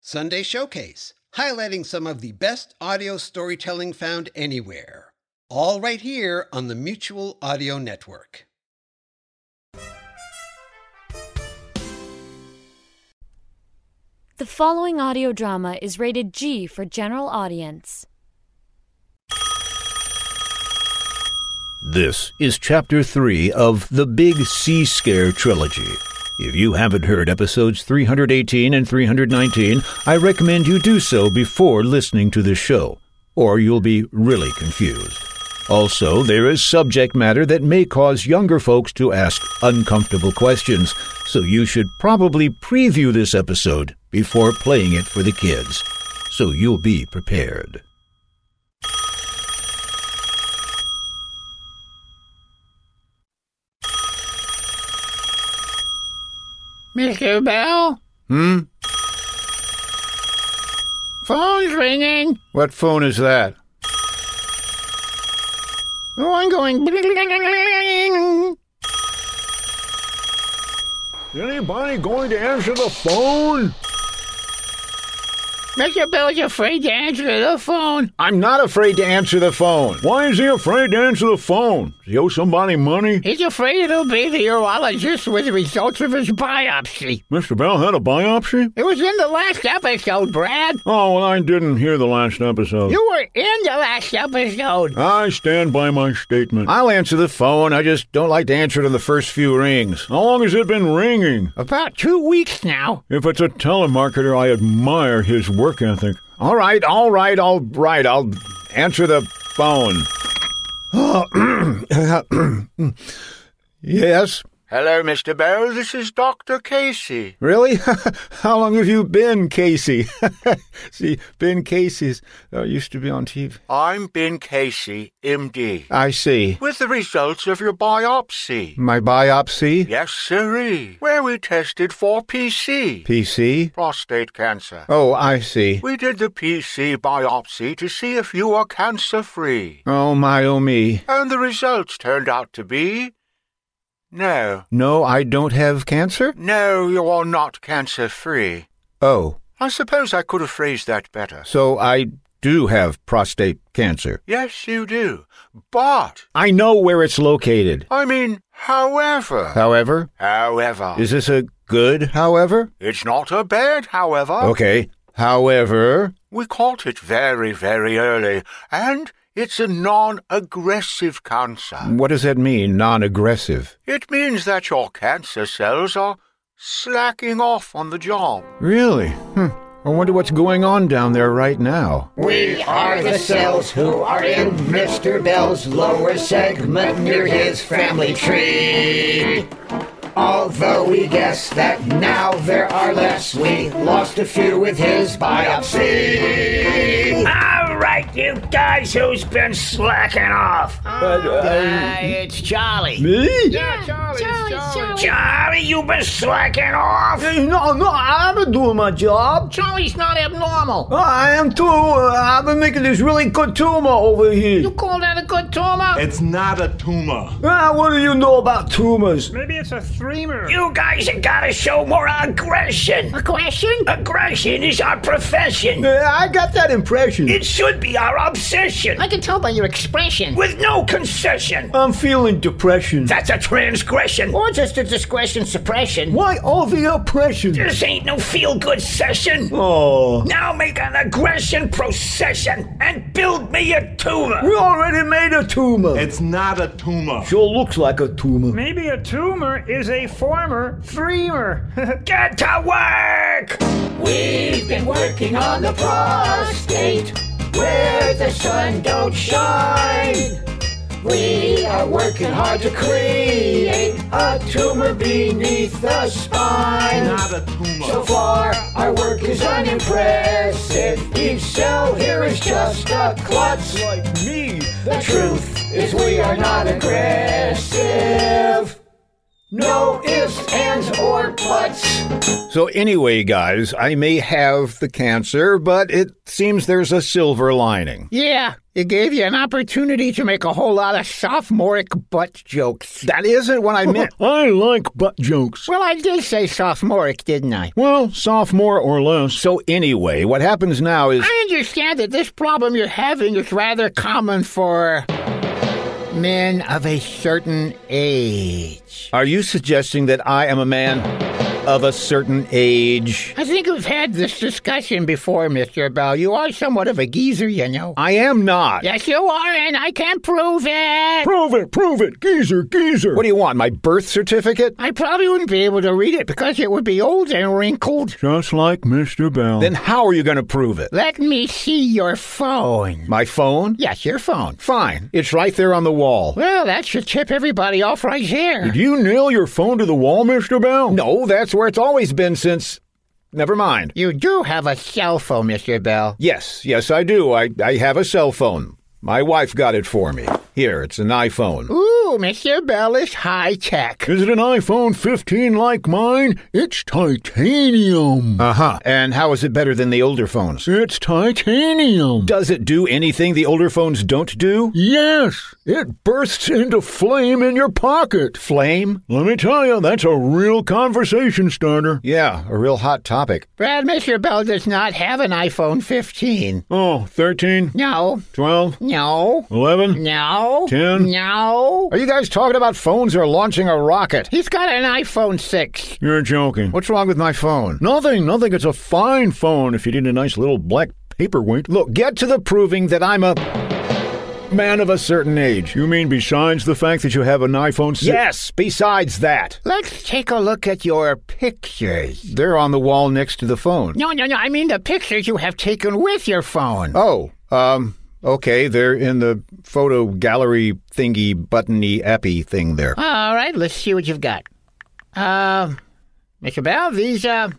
Sunday Showcase, highlighting some of the best audio storytelling found anywhere. All right here on the Mutual Audio Network. The following audio drama is rated G for general audience. This is Chapter 3 of the Big Sea Scare Trilogy. If you haven't heard episodes 318 and 319, I recommend you do so before listening to this show, or you'll be really confused. Also, there is subject matter that may cause younger folks to ask uncomfortable questions, so you should probably preview this episode before playing it for the kids, so you'll be prepared. Mr. Bell, Hmm? phone's ringing. What phone is that? The one Oh, going bling. Anybody going to answer the phone? Mr. Bell's afraid to answer the phone. I'm not afraid to answer the phone. Why is he afraid to answer the phone? Does he owe somebody money? He's afraid it'll be the urologist with the results of his biopsy. Mr. Bell had a biopsy? It was in the last episode, Brad. Oh, well, I didn't hear the last episode. You were in the last episode. I stand by my statement. I'll answer the phone. I just don't like to answer to the first few rings. How long has it been ringing? About two weeks now. If it's a telemarketer, I admire his work ethic. All right, all right, all right. I'll answer the phone. yes. Hello, Mr. Bell. This is Dr. Casey. Really? How long have you been, Casey? See, Ben Casey's uh, used to be on TV. I'm Ben Casey, MD. I see. With the results of your biopsy. My biopsy? Yes, sirree. Where we tested for PC. PC? Prostate cancer. Oh, I see. We did the PC biopsy to see if you are cancer free. Oh, my, oh, me. And the results turned out to be. No. No, I don't have cancer? No, you are not cancer free. Oh, I suppose I could have phrased that better. so I do have prostate cancer. Yes, you do. But, I know where it's located. I mean, however. However, However, is this a good however? it's not a bed, however. Okay. However, We caught it very, very early, and it's a non aggressive cancer. what does that mean, non aggressive? It means that your cancer cells are slacking off on the job. Really? Hmm. I wonder what's going on down there right now. We are the cells who are in Mr. Bell's lower segment near his family tree. Although we guess that now there are less, we lost a few with his biopsy. All right, you guys, who's been slacking off? it's Charlie. Yeah, Charlie, Charlie. Charlie, you've been slacking off? No, no, I'm doing my job. Charlie's not abnormal. I am too. Uh, I've been making this really good tumor over here. You call that a good tumor? It's not a tumor. Ah, what do you know about tumors? You guys have got to show more aggression. Aggression? Aggression is our profession. Yeah, I got that impression. It should be our obsession. I can tell by your expression. With no concession. I'm feeling depression. That's a transgression. Or just a discretion suppression. Why all the oppression? This ain't no feel good session. Oh, Now make an aggression procession and build me a we tumor. already made a tumor. It's not a tumor. Sure looks like a tumor. Maybe a tumor is a former threamer. Get to work! We've been working on the prostate where the sun don't shine. We are working hard to create a tumor beneath the spine. Not a tumor. So far, our work is unimpressive. Each cell here is just a klutz. Like me. The truth is we are not aggressive. No ifs, ands, or buts. So, anyway, guys, I may have the cancer, but it seems there's a silver lining. Yeah, it gave you an opportunity to make a whole lot of sophomoric butt jokes. Oh, That isn't what I meant. I like butt jokes. Well, I did say sophomoric, didn't I? Well, sophomore or less. So, anyway, what happens now is. I understand that this problem you're having is rather common for men of a certain age. Are you suggesting that I am a man of a certain age? I think we've had this discussion before, Mr. Bell. You are somewhat of a geezer, you know. I am not. Yes, you are, and I can prove it. Prove it, prove it. Geezer, geezer. What do you want, my birth certificate? I probably wouldn't be able to read it because it would be old and wrinkled. Just like Mr. Bell. Then how are you going to prove it? Let me see your phone. My phone? Yes, your phone. Fine. It's right there on the wall. Well, that should tip everybody off right there. Did you nail your phone to the wall, Mr. Bell? No, that's where it's always been since. Never mind. You do have a cell phone, Mr. Bell. Yes, yes, I do. I, I have a cell phone. My wife got it for me. Here, it's an iPhone. Ooh, Mr. Bell is high tech. Is it an iPhone 15 like mine? It's titanium. Uh huh. And how is it better than the older phones? It's titanium. Does it do anything the older phones don't do? Yes, it bursts into flame in your pocket. Flame? Let me tell you, that's a real conversation starter. Yeah, a real hot topic. Brad, Mr. Bell does not have an iPhone 15. Oh, 13? No. 12? No. 11? No. 10? No. Are you guys talking about phones or launching a rocket? He's got an iPhone 6. You're joking. What's wrong with my phone? Nothing, nothing. It's a fine phone if you need a nice little black paperweight. Look, get to the proving that I'm a man of a certain age. You mean besides the fact that you have an iPhone 6? Yes, besides that. Let's take a look at your pictures. They're on the wall next to the phone. No, no, no. I mean the pictures you have taken with your phone. Oh, um, okay. They're in the photo gallery thingy, buttony, appy thing there. All right, let's see what you've got. Uh, Mr. Bell, these uh,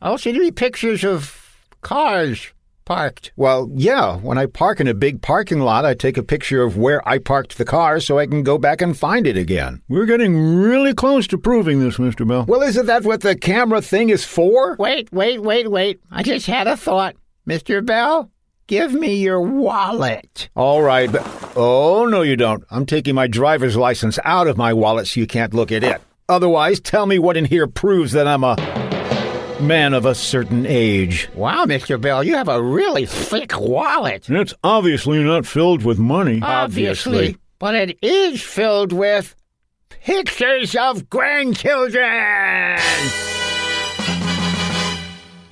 also to be pictures of cars parked. Well, yeah. When I park in a big parking lot, I take a picture of where I parked the car so I can go back and find it again. We're getting really close to proving this, Mr. Bell. Well, isn't that what the camera thing is for? Wait, wait, wait, wait. I just had a thought. Mr. Bell, give me your wallet. All right, but. Oh, no, you don't. I'm taking my driver's license out of my wallet so you can't look at it. Otherwise, tell me what in here proves that I'm a man of a certain age. Wow, Mr. Bell, you have a really thick wallet. It's obviously not filled with money. Obviously. But it is filled with pictures of grandchildren.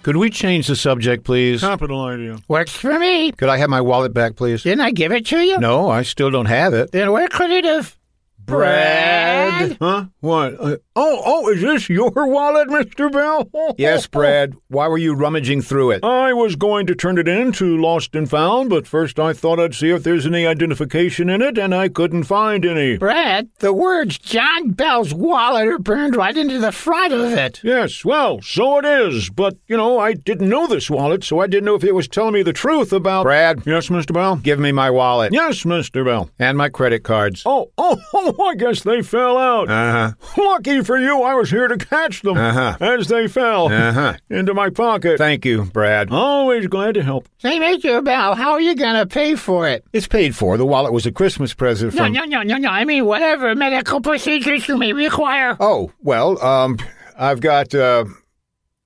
Could we change the subject, please? Capital idea. Works for me. Could I have my wallet back, please? Didn't I give it to you? No, I still don't have it. Then where could it have? Brad? Huh? What? Uh, oh, oh, is this your wallet, Mr. Bell? yes, Brad. Why were you rummaging through it? I was going to turn it in to Lost and Found, but first I thought I'd see if there's any identification in it, and I couldn't find any. Brad, the words John Bell's wallet are burned right into the front of it. Yes, well, so it is. But, you know, I didn't know this wallet, so I didn't know if it was telling me the truth about. Brad? Yes, Mr. Bell? Give me my wallet. Yes, Mr. Bell. And my credit cards. Oh, oh, oh. I guess they fell out. Uh huh. Lucky for you, I was here to catch them Uh-huh. as they fell Uh-huh. into my pocket. Thank you, Brad. Always glad to help. Say, Mr. Bell, how are you going to pay for it? It's paid for. The wallet was a Christmas present No, from. no, no, no, no. I mean, whatever medical procedures you may require. Oh, well, um, I've got, uh,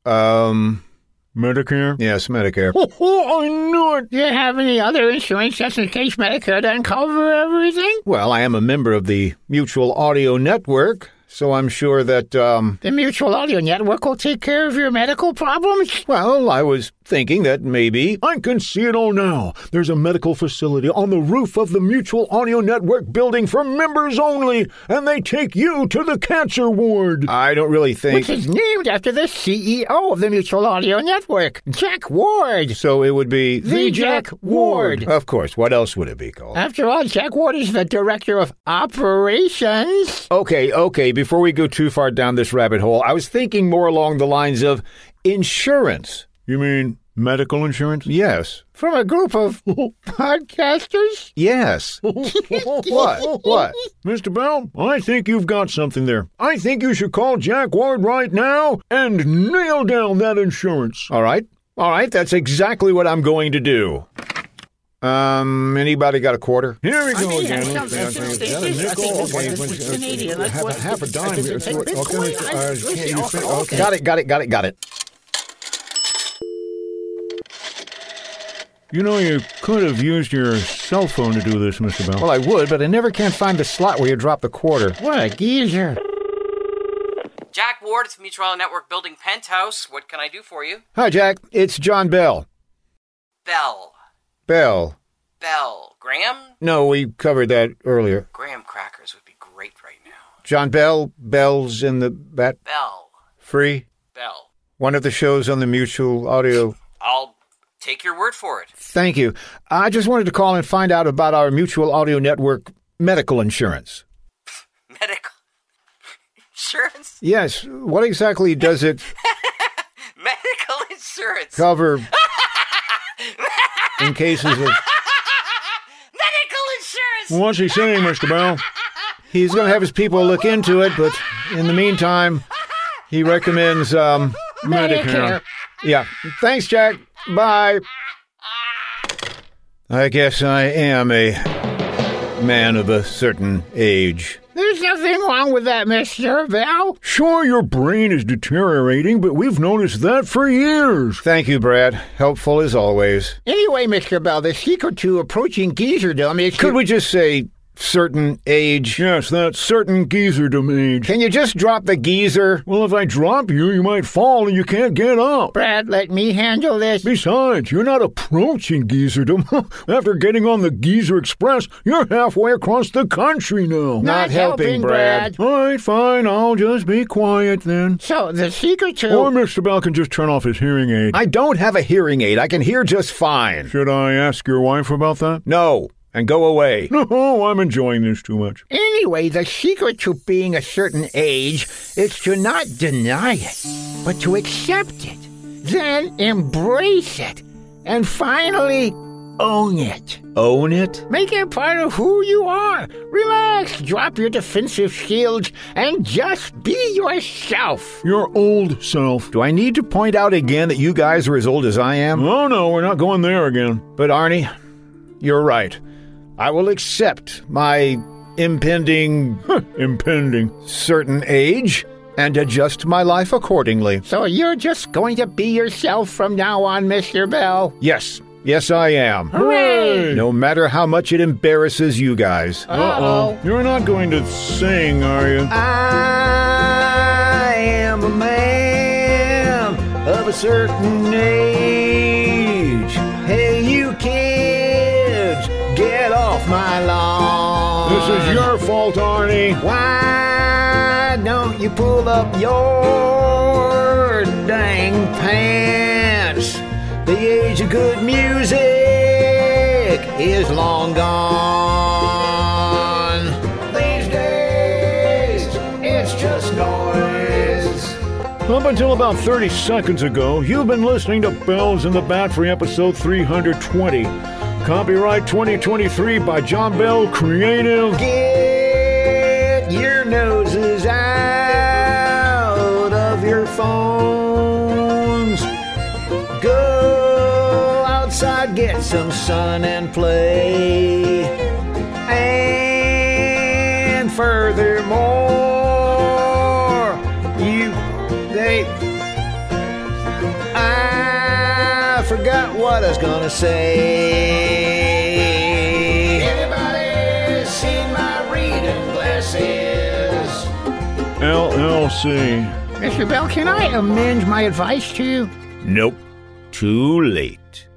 um, Medicare? yes, Medicare. Oh, oh, I knew it. Do you have any other insurance just in case Medicare doesn't cover everything? Well, I am a member of the Mutual Audio Network, so I'm sure that, um, The Mutual Audio Network will take care of your medical problems? well, I was thinking that maybe. I can see it all now. There's a medical facility on the roof of the Mutual Audio Network building for members only, and they take you to the cancer ward. I don't really think. Which is named after the CEO of the Mutual Audio Network, Jack Ward. So it would be. The Jack Ward. Of course. What else would it be called? After all, Jack Ward is the director of operations. Okay, okay. Before we go too far down this rabbit hole, I was thinking more along the lines of insurance. You mean medical insurance? Yes. From a group of podcasters? Yes. what? What? Mr. Bell, I think you've got something there. I think you should call Jack Ward right now and nail down that insurance. All right. All right. That's exactly what I'm going to do. Um, anybody got a quarter? Here we go I again. think it's Okay, something- okay, it's- nickel, it's- okay, it's- okay, it's okay, Canadian, okay, that's half a- what- half a dime it's- here. it's Okay, Bitcoin, uh, I'm- can you it's- fit- okay. Got it, got it, got it, got it. You know, you could have used your cell phone to do this, Mr. Bell. Well, I would, but I never can find the slot where you drop the quarter. What a geezer. Jack Ward, it's Mutual Audio Network Building Penthouse. What can I do for you? Hi, Jack. It's John Bell. Bell. Bell. Bell. Graham? No, we covered that earlier. Graham crackers would be great right now. John Bell, Bell's in the bat Bell. free. Bell. One of the shows on the Mutual Audio. I'll take your word for it. Thank you. I just wanted to call and find out about our Mutual Audio Network medical insurance. Medical insurance? Yes, what exactly does it Medical insurance. cover in cases of. Medical insurance! What's he saying, Mr. Bell? He's going to have his people look into it, but in the meantime, he recommends um, Medicare. Yeah. Thanks, Jack. Bye. I guess I am a man of a certain age. There's nothing wrong with that, Mr. Bell. Sure, your brain is deteriorating, but we've noticed that for years. Thank you, Brad. Helpful as always. Anyway, Mr. Bell, the secret to approaching geezerdom is Could we just say certain age? Yes, that certain geezerdom age. Can you just drop the geezer? Well, if I drop you, you might fall and you can't get up. Brad, let me handle this. Besides, you're not approaching geezerdom. After getting on the Geezer Express, you're halfway across the country now. Not helping, Brad. All right, fine. I'll just be quiet then. So the secret to Or Mr. Bell can just turn off his hearing aid. I don't have a hearing aid. I can hear just fine. Should I ask your wife about that? No, and go away. No, I'm enjoying this too much. anyway, the secret to being a certain age is to not deny it, but to accept it, then embrace it, and finally own it. Own it? Make it part of who you are. Relax, drop your defensive shields, and just be yourself. Your old self. Do I need to point out again that you guys are as old as I am? Oh no, we're not going there again. But Arnie, you're right. I will accept my impending Impending. certain age and adjust my life accordingly. So you're just going to be yourself from now on, Mr. Bell. Yes, yes, I am. Hooray! No matter how much it embarrasses you guys. Uh-oh. You're not going to sing, are you? I am a man of a certain age. Hey, you kids, get off my lawn. This is your fault, Arnie. Why don't you pull up your dang pants? The age of good music is long gone. These days, it's just noise. Up until about 30 seconds ago, you've been listening to Bells in the Bat Free episode 320. Copyright 2023 by John Bell Creative. Get your noses out of your phones. Go outside, get some sun and play. And furthermore, you, they, I forgot what I was gonna say. Anybody seen my reading glasses? LLC. Mr. Bell, can I amend my advice to you? Nope. Too late.